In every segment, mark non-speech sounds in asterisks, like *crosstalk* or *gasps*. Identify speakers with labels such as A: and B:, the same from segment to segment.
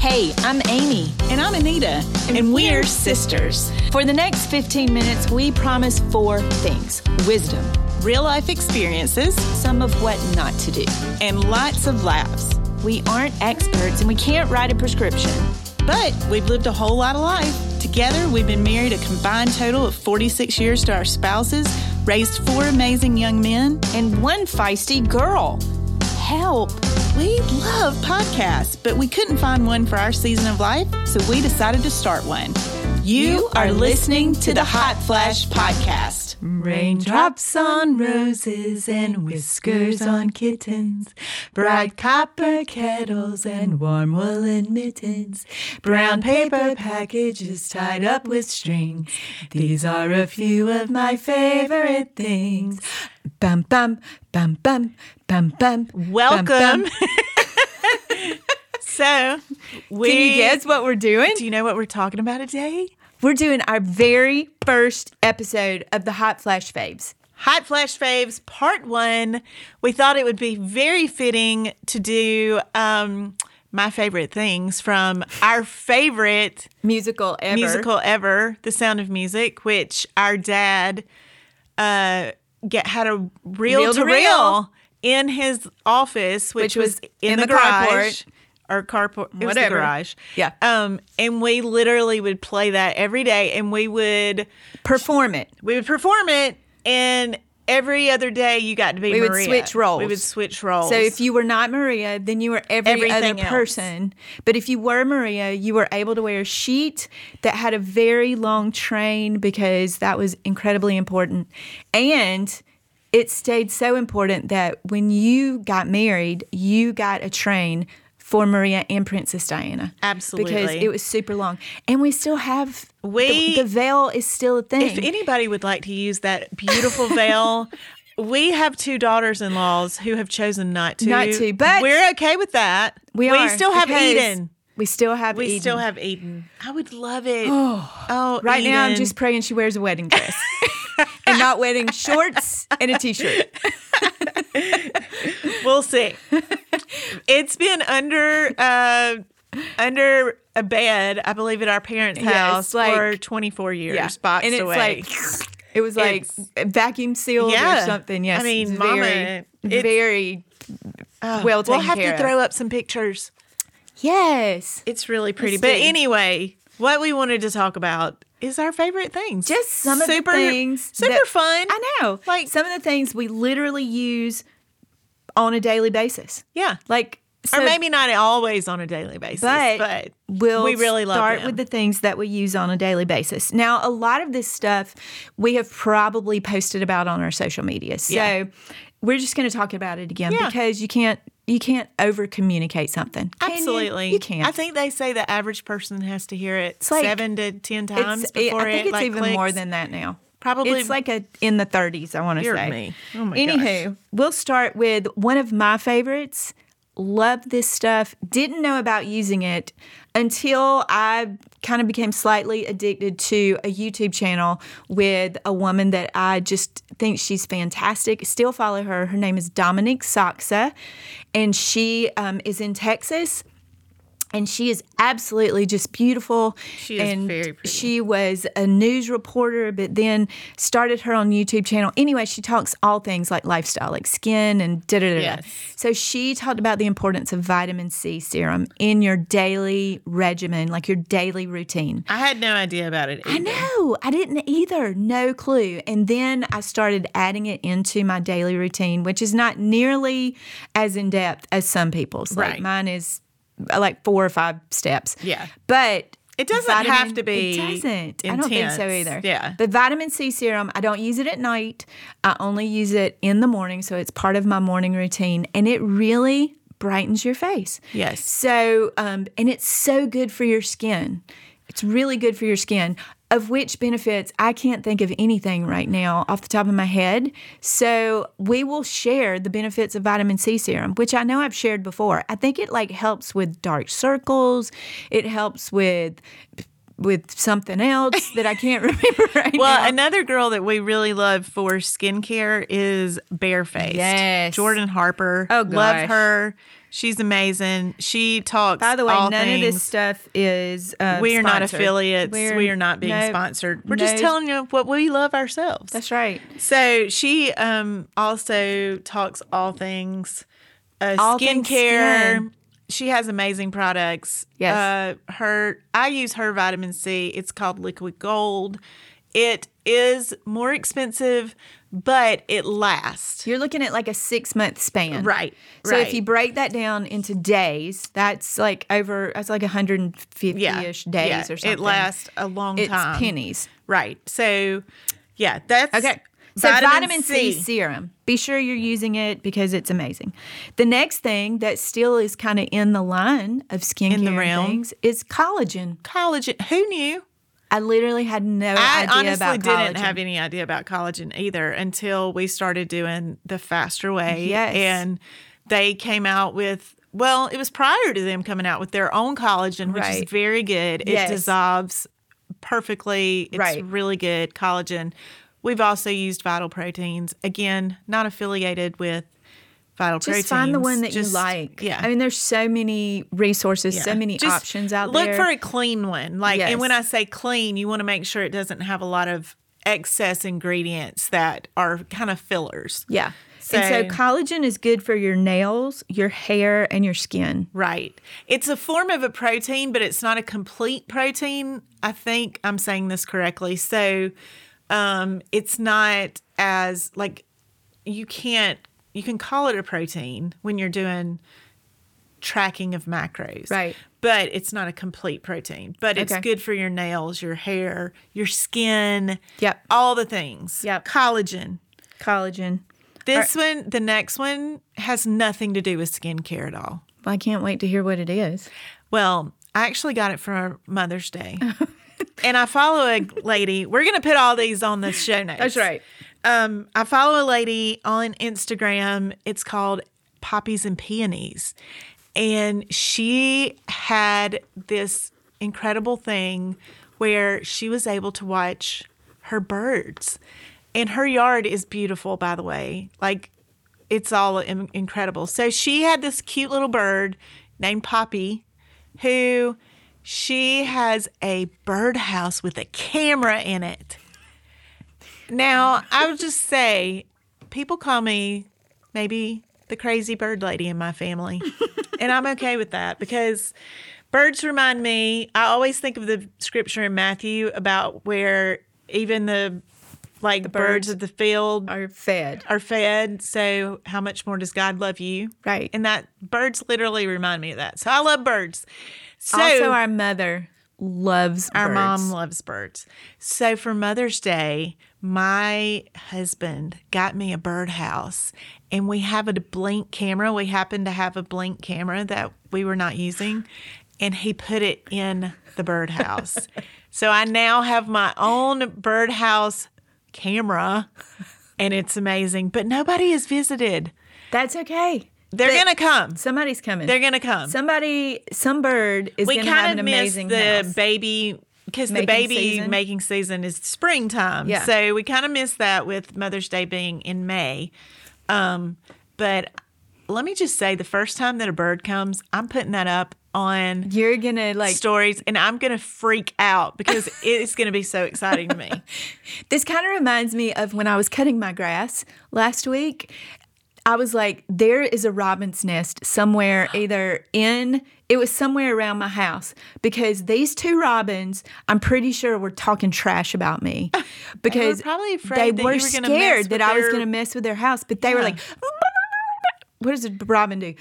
A: Hey, I'm Amy.
B: And I'm Anita.
A: And we're sisters. For the next 15 minutes, we promise four things wisdom,
B: Real life experiences
A: some of what not to do.
B: and lots of laughs.
A: We aren't experts and we can't write a prescription.
B: But we've lived a whole lot of life. Together, we've been married a combined total of 46 years to our spouses, raised four amazing young men.
A: And one feisty girl. Help.
B: We love podcasts, but we couldn't find one for our season of life, so we decided to start one. You are listening to the Hot Flash Podcast.
C: Raindrops on roses and whiskers on kittens, bright copper kettles and warm woolen mittens, brown paper packages tied up with string. These are a few of my favorite things. Bum bum bum bum bum bum. bum,
B: Welcome.
C: bum.
B: *laughs* So, we,
C: Can you guess what we're doing?
B: Do you know what we're talking about today?
C: We're doing our very first episode of the Hot Flash Faves.
B: Hot Flash Faves Part One. We thought it would be very fitting to do um, my favorite things from our favorite
C: Musical ever.
B: musical ever, The Sound of Music, which our dad uh, get had a reel
C: Reel
B: to
C: to
B: reel,
C: reel.
B: in his office, which,
C: Which
B: was,
C: was
B: in,
C: in
B: the,
C: the
B: garage or carport, it was the
C: Whatever.
B: garage.
C: Yeah.
B: Um, and we literally would play that every day, and we would
C: Perform it.
B: we would perform it, and every other day you got to be
C: We would
B: Maria.
C: switch roles.
B: We would switch roles.
C: So if you were not Maria, then you were every
B: Everything
C: other
B: else.
C: person. But if you were Maria, you were able to wear a sheet that had a very long train because that was incredibly important. And it stayed so important that when you got married, you got a train for Maria and Princess Diana. Because
B: Absolutely.
C: it was super long. And we still have the-
B: We-
C: the, veil is still a thing.
B: If anybody would like to use that beautiful
C: *laughs*
B: veil, we have two daughters-in-laws who have chosen not to.
C: Not to, but-
B: we're okay with that.
C: we are,
B: still have
C: because
B: Eden.
C: We still have
B: We
C: Eden.
B: still have Eden. I would love it. Oh,
C: Right now, I'm
B: Eden.
C: just praying she wears a wedding dress
B: *laughs*
C: and not wedding shorts and a t shirt.
B: we'll see. it's been under uh, under a bed, I believe, at our parents'
C: Yes,
B: house
C: like-
B: for 24 years, boxed
C: and it's
B: away.
C: like, it was like vacuum sealed
B: Yeah.
C: or something. Yes.
B: I mean,
C: it's
B: Mama,
C: very,
B: it's-
C: very well
B: we'll
C: taken
B: have
C: care
B: to
C: of.
B: throw up some pictures.
C: Yes.
B: It's really pretty.
C: Let's
B: but
C: do.
B: anyway, what we wanted to talk about is our favorite things.
C: Just some of
B: super,
C: the things.
B: Super
C: that-
B: fun.
C: I know.
B: Like-
C: Like some of the things we literally use on a daily basis.
B: Yeah.
C: Like, so
B: or maybe not always on a daily basis, but,
C: but, we'll
B: we really love
C: start
B: them.
C: with the things that we use on a daily basis. Now, a lot of this stuff we have probably posted about on our social media, so
B: Yeah.
C: we're just going to talk about it again
B: Yeah.
C: because you can't you can't over communicate something. Can you?
B: Absolutely.
C: you, can't.
B: I think they say the average person has to hear it
C: like-
B: seven to ten
C: It's-
B: times
C: I-
B: before
C: I think
B: it
C: it's
B: like,
C: even more
B: clicks.
C: than that now.
B: Probably-
C: it's like a in the 30s. I want to
B: Dear
C: say.
B: me. Oh my
C: Anywho,
B: gosh.
C: we'll start with one of my favorites. Love this stuff. Didn't know about using it until I kind of became slightly addicted to a YouTube channel with a woman that I just think she's fantastic. Still follow her. Her name is Dominique Soxa, and she um, is in Texas and she is absolutely just beautiful. She
B: is
C: and
B: very pretty.
C: She was a news reporter, but then started her own YouTube channel. Anyway, she talks all things like lifestyle, like skin and da da da.
B: Yes.
C: So she talked about the importance of vitamin C serum in your daily regimen, like your daily routine.
B: I had no idea about it.
C: I
B: either.
C: know. I didn't either. No clue. And then I started adding it into my daily routine, which is not nearly as in depth as some people's. Like
B: Right.
C: mine is uh, like four or five steps.
B: Yeah.
C: But
B: It doesn't have to be
C: It doesn't. I don't think so
B: intense.
C: either.
B: Yeah.
C: But vitamin C serum, I don't use it at night. I only use it in the morning. So it's part of my morning routine. And it really brightens your face.
B: Yes.
C: So, um, and it's so good for your skin. It's really good for your skin. Of which benefits, I can't think of anything right now off the top of my head. So, we will share the benefits of vitamin C serum, which I know I've shared before. I think it like helps with dark circles, it helps with with something else that I can't *laughs* remember right
D: *laughs* Well,
C: now.
D: another girl that we really love for skincare is Barefaced.
C: Yes.
D: Jordan Harper.
C: Oh, gosh.
D: Love her. She's amazing. She talks.
C: By the way,
D: all
C: none of this
D: things-
C: stuff is. Uh,
D: we are not
C: sponsored.
D: affiliates. We're, not being
C: no,
D: sponsored. We're
C: no.
D: just telling you what we love ourselves.
C: That's right.
D: So she um also talks all things uh,
C: All
D: skincare.
C: things skin.
D: She has amazing products.
C: Yes.
D: Uh, her I use her vitamin C. It's called Liquid Gold. It is more expensive, but it lasts.
C: You're looking at like a six month span.
D: Right,
C: So if
D: right.
C: you break that down into days, that's like over, that's like 150
D: Yeah.
C: ish
D: yeah,
C: days or something.
D: It lasts a long
C: It's
D: time.
C: pennies.
D: Right. So yeah, that's
C: Okay. So vitamin, C. serum. Be sure you're using it because it's amazing. The next thing that still is kind of in the line of skincare
D: the
C: and
D: realm.
C: things is collagen.
D: Collagen. Who knew?
C: I literally had no
D: I
C: idea
D: honestly
C: about collagen.
D: didn't have any idea about collagen either until we started doing the faster way.
C: Yes.
D: And they came out with well, it was prior to them coming out with their own collagen, which
C: Right.
D: is very good.
C: Yes.
D: It dissolves perfectly. It's
C: Right.
D: really good collagen. We've also used Vital Proteins. Again, not affiliated with Vital
C: just
D: Proteins.
C: find the one that
D: Just-
C: you like.
D: Yeah.
C: I mean, there's so many resources, so
D: Yeah.
C: many
D: Just
C: options out
D: look
C: there.
D: for a clean one. Like, and when
C: Yes.
D: I say clean, you want to make sure it doesn't have a lot of excess ingredients that are kind of fillers.
C: yeah. and so
D: So-
C: collagen is good for your nails, your hair, and your skin.
D: Right. It's a form of a protein, but it's not a complete protein. I think I'm saying this correctly. So, um, it's not as like you can't you can call it a protein when you're doing tracking of macros.
C: Right.
D: But it's not a complete protein. But it's
C: Okay.
D: good for your nails, your hair, your skin.
C: Yep.
D: All the things.
C: Yep.
D: Collagen.
C: Collagen.
D: This one, the next one, has nothing to do with skincare at all.
C: I can't wait to hear what it is.
D: Well, I actually got it for Mother's Day. *laughs* and I follow a lady. We're going to put all these on the show notes.
C: That's right.
D: Um, I follow a lady on Instagram. It's called Poppies and Peonies. And she had this incredible thing where she was able to watch her birds. And her yard is beautiful, by the way. Like, it's all in- incredible. So she had this cute little bird named Poppy who she has a birdhouse with a camera in it. Now, I would just say people call me maybe the crazy bird lady in my family. and I'm okay with that because birds remind me, I always think of the scripture in Matthew about where even the like birds of the field
C: Are fed.
D: are fed. So, how much more does God love you?
C: Right.
D: And that birds literally remind me of that. So, I love birds. So,
C: also,
D: our,
C: our mother loves birds.
D: mom loves birds. So, for Mother's Day, my husband got me a birdhouse and we have a blink camera. We happen to have a blink camera that we were not using and he put it in
C: *laughs*
D: the birdhouse. so, I now have my own birdhouse camera and it's amazing, but nobody has visited.
C: That's okay.
D: They're
C: But
D: gonna come.
C: Somebody's coming.
D: They're gonna come.
C: Somebody, some bird is
D: we
C: going to have
D: kind
C: an
D: of miss
C: amazing
D: the
C: house.
D: baby because the
C: Making
D: baby
C: season.
D: making season is springtime.
C: Yeah.
D: So we kind of miss that with Mother's Day being in May. Um, but let me just say, the first time that a bird comes, I'm putting that up on
C: You're going to like
D: stories, and I'm gonna freak
C: *laughs*
D: out because it's gonna be so exciting to me.
C: This kind of reminds me of when I was cutting my grass last week. I was like, there is a robin's nest
D: *gasps*
C: somewhere, either in, it was somewhere around my house because these two robins, I'm pretty sure, were talking trash about
D: *laughs*
C: me because
D: probably afraid
C: they
D: that you
C: were
D: were gonna mess
C: scared
D: with
C: that I was
D: their-
C: going to mess with their house. But they were like, what does a robin do?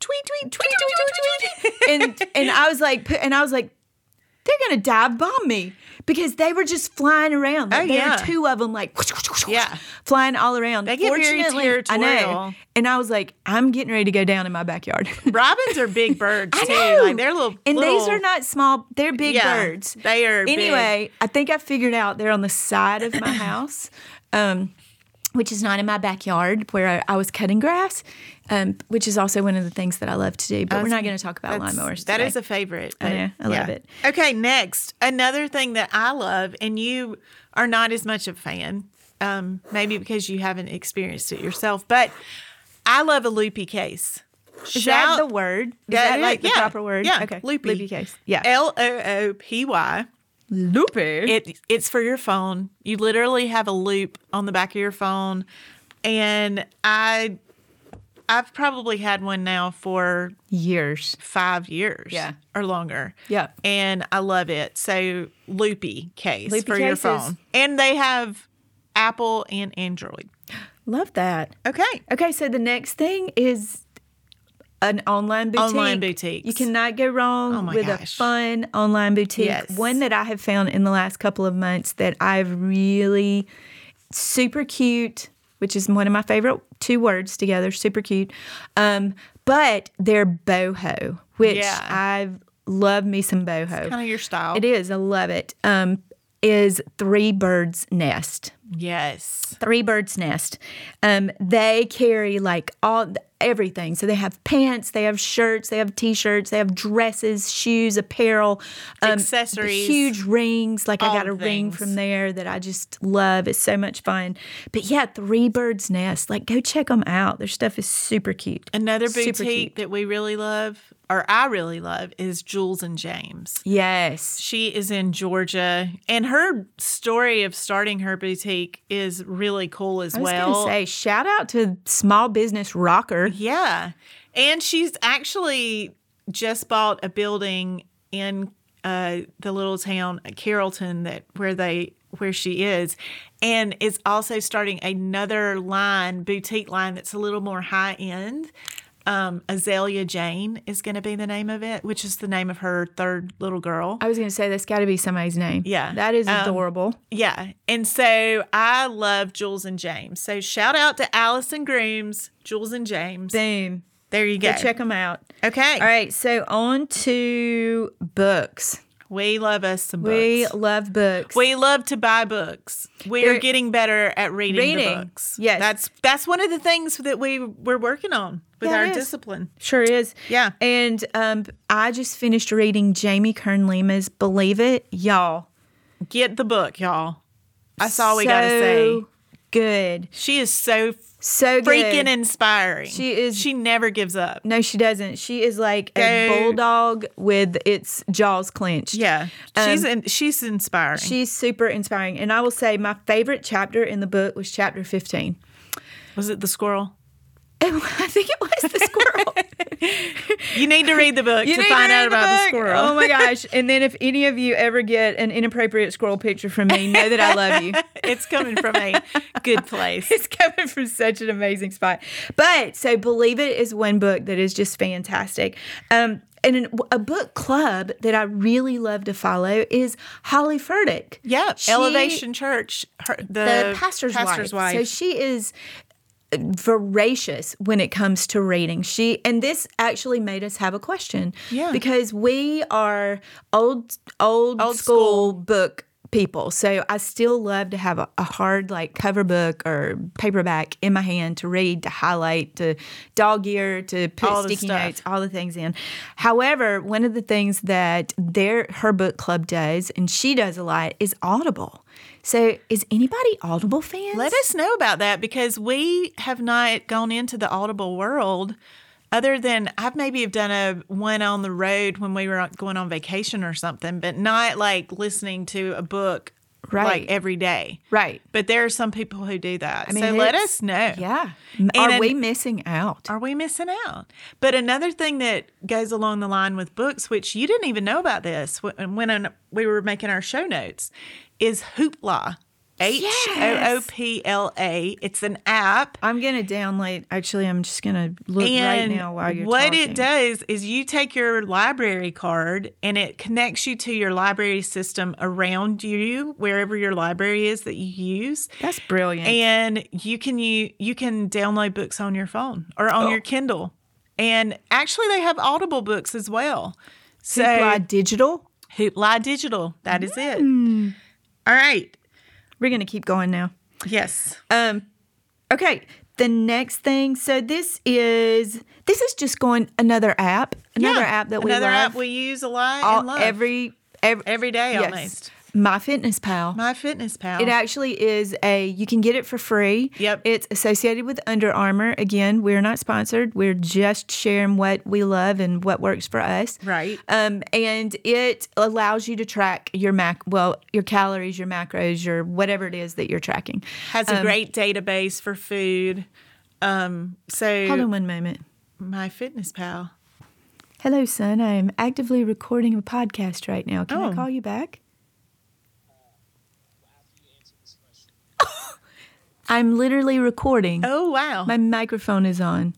C: Tweet, tweet, tweet, tweet, tweet, tweet. and, and I was like, and I was like, they're gonna dive bomb me because they were just flying around. Like,
D: Oh,
C: there
D: yeah.
C: were two of them, like
D: Yeah.
C: flying all around.
D: They get very
C: I know.
D: territorial.
C: And I was like, I'm getting ready to go down in my backyard. *laughs*
D: Robins are big birds
C: I
D: too.
C: know.
D: Like they're little.
C: and these
D: little-
C: are not small. They're big
D: Yeah,
C: birds.
D: they are big.
C: Anyway, I think I figured out they're on the side of my house. Um, which is not in my backyard where I, I was cutting grass, um, which is also one of the things that I love to do. But we're not going to talk about
D: That's-
C: lawnmowers.
D: That
C: today.
D: is a favorite.
C: I know. I love it.
D: Okay, next. Another thing that I love, and you are not as much a fan, um, maybe because you haven't experienced it yourself, but I love a loopy case.
C: Is that the word? Is that like the proper word?
D: Yeah.
C: Okay.
D: Loopy. Eh.
C: Loopy case. Yeah.
D: L O O P Y.
C: Loopy.
D: It it's for your phone. You literally have a loop on the back of your phone, and I, I've probably had one now for
C: Years.
D: five years
C: Yeah.
D: or longer.
C: Yeah.
D: And I love it. So loopy case
C: Loopy
D: for your
C: cases.
D: phone. And they have Apple and Android.
C: Love that.
D: Okay.
C: Okay, so the next thing is an online boutique.
D: Online boutiques. Oh
C: You cannot go wrong
D: my
C: with a
D: gosh.
C: fun online boutique.
D: Yes.
C: One that I have found in the last couple of months that I've really super cute, which is one of my favorite two words together, super cute. Um, but they're boho, which
D: Yeah.
C: I love me some boho.
D: Kind of your style.
C: it is. I love it. Um, is Three Birds Nest.
D: Yes.
C: Three Birds Nest. Um, they carry like all everything. So they have pants, they have shirts, they have t-shirts, they have dresses, shoes, apparel, um,
D: Accessories.
C: huge rings. Like I
D: All
C: got a
D: the
C: ring
D: things.
C: from there that I just love. It's so much fun. But yeah, Three Birds Nest. Like go check them out. Their stuff is super cute.
D: Another
C: Super cute.
D: boutique that we really love, or I really love, is Jules and James.
C: Yes.
D: She is in Georgia, and her story of starting her boutique is really cool as
C: I was
D: well. Mm-hmm.
C: gonna say shout out to small business rocker.
D: Yeah. And she's actually just bought a building in uh, the little town uh, Carrollton that where they where she is and is also starting another line boutique line that's a little more high end. Um, Azalea Jane is going to be the name of it, which is the name of her third little girl.
C: I was gonna say that's got to be somebody's name.
D: Yeah.
C: that is
D: Um,
C: adorable.
D: Yeah. And so I love Jules and James. So shout out to Allison Grooms, Jules and James.
C: Boom.
D: There you go.
C: Go check them out.
D: Okay.
C: All right, so on to books.
D: We love us some books.
C: We
D: We,
C: love books.
D: love to buy books. We are
C: They're-
D: getting better at reading,
C: Reading,
D: the books.
C: yes.
D: That's that's one of the things that we we're working on with
C: Yeah,
D: our
C: it is.
D: discipline.
C: sure is.
D: Yeah.
C: And um, I just finished reading Jamie Kern Lima's Believe It, y'all.
D: Get the book, y'all. That's all we gotta say.
C: So Good.
D: She is so
C: So good.
D: freaking inspiring.
C: She is-
D: she never gives up.
C: No, she doesn't. She is like a
D: Go.
C: bulldog with its jaws clenched.
D: Yeah.
C: Um,
D: she's in, she's inspiring.
C: She's super inspiring. And I will say my favorite chapter in the book was chapter 15.
D: Was it the squirrel?
C: *laughs* I think it was the squirrel.
D: You need to read
C: *laughs*
D: the book to
C: need read
D: find out about the
C: book.
D: squirrel.
C: Oh my gosh. And then if any of you ever get an inappropriate squirrel picture from me, know that I love you.
D: *laughs* it's coming from a good
C: *laughs*
D: place.
C: It's coming from such an amazing spot. But so Believe It is one book that is just fantastic. Um, and an, a book club that I really love to follow is Holly Furtick.
D: Yeah,
C: She-
D: Elevation Church, her, the,
C: the pastor's,
D: pastor's
C: wife.
D: wife.
C: So she is voracious when it comes to reading. She and this actually made us have a question.
D: Yeah.
C: Because we are old old,
D: Old
C: school, book people. So I still love to have a, a hard like cover book or paperback in my hand to read, to highlight, to dog ear, to put
D: All the
C: sticky
D: stuff.
C: notes, all the things in. However, one of the things that their her book club does and she does a lot is Audible. So is anybody Audible fans?
D: Let us know about that because we have not gone into the Audible world other than I've maybe have done a one on the road when we were on- going on vacation or something, but not like listening to a book
C: Right.
D: like every day.
C: Right.
D: But there are some people who do that.
C: I mean,
D: so let
C: it's-
D: us know.
C: Yeah.
D: And
C: Are
D: an-
C: we missing out?
D: Are we missing out? But another thing that goes along the line with books, which you didn't even know about this when, when we were making our show notes, is Hoopla. H O O P L A. It's an app.
C: I'm gonna download. Actually, I'm just gonna look
D: And
C: right now while you're
D: what
C: talking.
D: it does is you take your library card and it connects you to your library system around you, wherever your library is that you use.
C: That's brilliant.
D: And you can you you can download books on your phone or
C: Oh.
D: on your Kindle. And actually they have Audible books as well. So
C: Hoopla digital.
D: Hoopla Digital. That is
C: Mm.
D: it. All right.
C: We're gonna keep going now.
D: Yes.
C: Um, Okay, the next thing. So this is this is just going another app, another
D: Yeah,
C: app that we
D: another
C: love
D: app we use a lot
C: all-
D: and love.
C: Oh, every every
D: Every day almost.
C: My Fitness Pal.
D: My Fitness Pal.
C: It actually is a you can get it for free.
D: Yep.
C: It's associated with Under Armour. Again, we're not sponsored. We're just sharing what we love and what works for us.
D: Right.
C: Um, and it allows you to track your mac well, your calories, your macros, your whatever it is that you're tracking.
D: has
C: um,
D: a great database for food. Um, so
C: Hold on one moment.
D: my Fitness Pal.
C: Hello, son. I am actively recording a podcast right now. Can I
D: Oh.
C: call you
D: *laughs*
C: back? I'm literally recording.
D: Oh wow.
C: My microphone is on.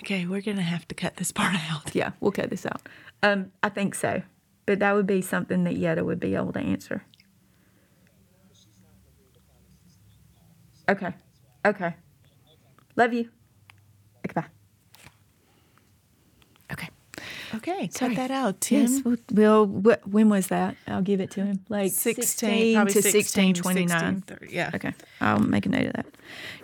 D: okay, we're gonna have to cut this part *laughs* out.
C: Yeah, we'll cut this out. Um, I think so. But that would be something that Yetta would be able to answer. Okay. Okay. Love you. Okay, bye. Okay.
D: Okay, cut
C: Sorry.
D: that out, Tim.
C: Yes. Well, we'll wh- when was that? I'll give it to him. Like 16,
D: probably
C: to 16, 29.
D: 16, 30, yeah.
C: Okay. I'll make a note of that.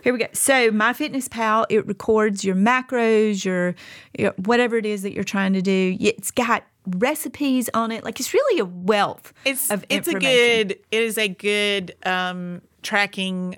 C: Here we go. So MyFitnessPal, it records your macros, your, your whatever it is that you're trying to do. It's got recipes on it. Like it's really a wealth
D: It's
C: of
D: it's a
C: information.
D: good it is a good um, tracking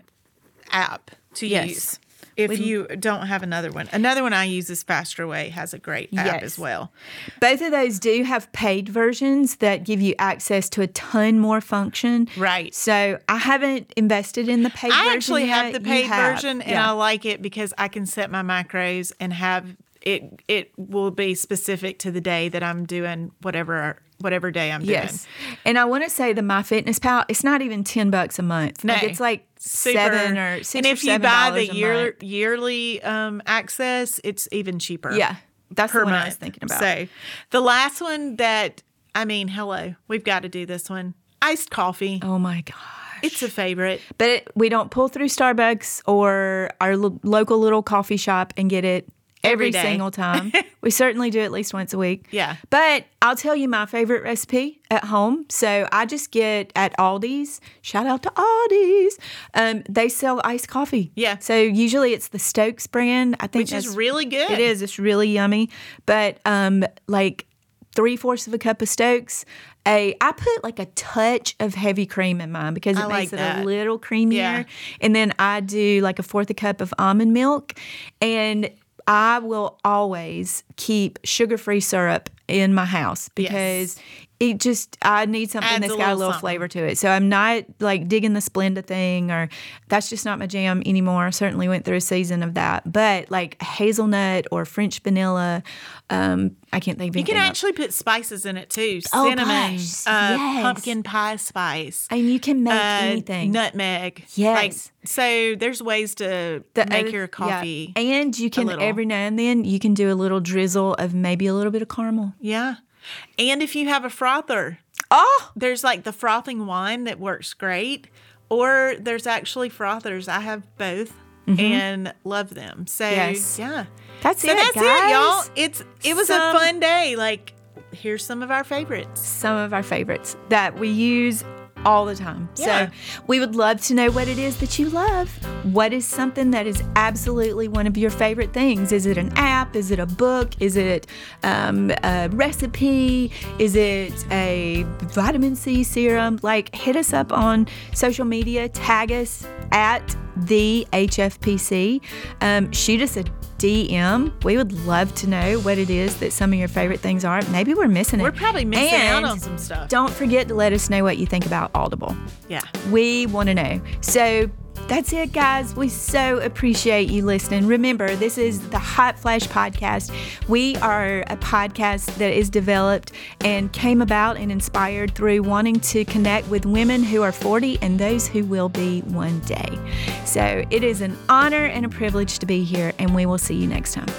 D: app to
C: Yes.
D: use. If you don't have another one, another one I use is Faster Way has a great app
C: Yes.
D: as well.
C: Both of those do have paid versions that give you access to a ton more function.
D: Right.
C: So I haven't invested in the paid version.
D: I actually have
C: yet.
D: the
C: You
D: paid
C: have.
D: version and
C: Yeah.
D: I like it because I can set my macros and have it it will be specific to the day that I'm doing whatever whatever day I'm
C: Yes. And I want to say the MyFitnessPal, it's not even 10 bucks a month.
D: doing.
C: Like it's like
D: Super.
C: seven or six
D: And
C: or
D: if you
C: seven
D: buy
C: dollars
D: the
C: a
D: year
C: month.
D: yearly um, access, it's even cheaper.
C: Yeah. That's
D: per
C: the one
D: month.
C: I was thinking about.
D: So the last one that I mean, hello, we've got to do this one. Iced coffee.
C: oh my God.
D: It's a favorite.
C: But it, we don't pull through Starbucks or our lo- local little coffee shop and get it every,
D: Every day.
C: single
D: *laughs*
C: time. we certainly do at least once a week.
D: Yeah.
C: But I'll tell you my favorite recipe at home. So I just get at Aldi's. Shout out to Aldi's. Um, they sell iced coffee.
D: Yeah.
C: So usually it's the Stokes brand. I think
D: Which is
C: that's-
D: really good.
C: It is. It's really yummy. But um, like three fourths of a cup of Stokes. A I put like a touch of heavy cream in mine because it
D: I
C: makes
D: like
C: it a
D: that.
C: little creamier.
D: Yeah.
C: And then I do like a fourth a cup of almond milk. And I will always keep sugar free syrup in my house because it just, I need something
D: Adds
C: that's
D: a
C: got a
D: little
C: little
D: something.
C: flavor to it. So I'm not like digging the Splenda thing or that's just not my jam anymore. I certainly went through a season of that. But like hazelnut or French vanilla, um, I can't think of
D: You can
C: anything else.
D: actually put spices in it too.
C: Oh,
D: Cinnamon,
C: gosh,
D: uh,
C: yes.
D: pumpkin pie spice.
C: and you can make
D: uh,
C: anything.
D: Nutmeg.
C: Yes.
D: Like, so there's ways to
C: The
D: make
C: other-
D: your
C: yeah.
D: coffee. Yeah.
C: And you can
D: little.
C: every now and then you can do a little drizzle of maybe a little bit of caramel.
D: And if you have a frother,
C: Oh,
D: there's like the frothing wine that works great, or there's actually frothers. I have both and love them. So
C: Mm-hmm. Yes.
D: yeah.
C: that's
D: So
C: it,
D: that's
C: guys.
D: it, y'all. It's it was
C: Some-
D: a fun day. Like here's some of our favorites.
C: Some of our favorites that we use all the time.
D: Yeah.
C: So we would love to know what it is that you love. What is something that is absolutely one of your favorite things? Is it an app? Is it a book? Is it um, a recipe? Is it a vitamin C serum? Like hit us up on social media. Tag us at the HFPC. Um, shoot us a DM. We would love to know what it is that some of your favorite things are. Maybe we're missing it.
D: We're probably missing out
C: And
D: on some stuff.
C: Don't forget to let us know what you think about Audible.
D: Yeah.
C: We want to know. So that's it, guys. We so appreciate you listening. Remember, this is the Hot Flash Podcast. We are a podcast that is developed and came about and inspired through wanting to connect with women who are 40 and those who will be one day. So it is an honor and a privilege to be here, and we will see you next time.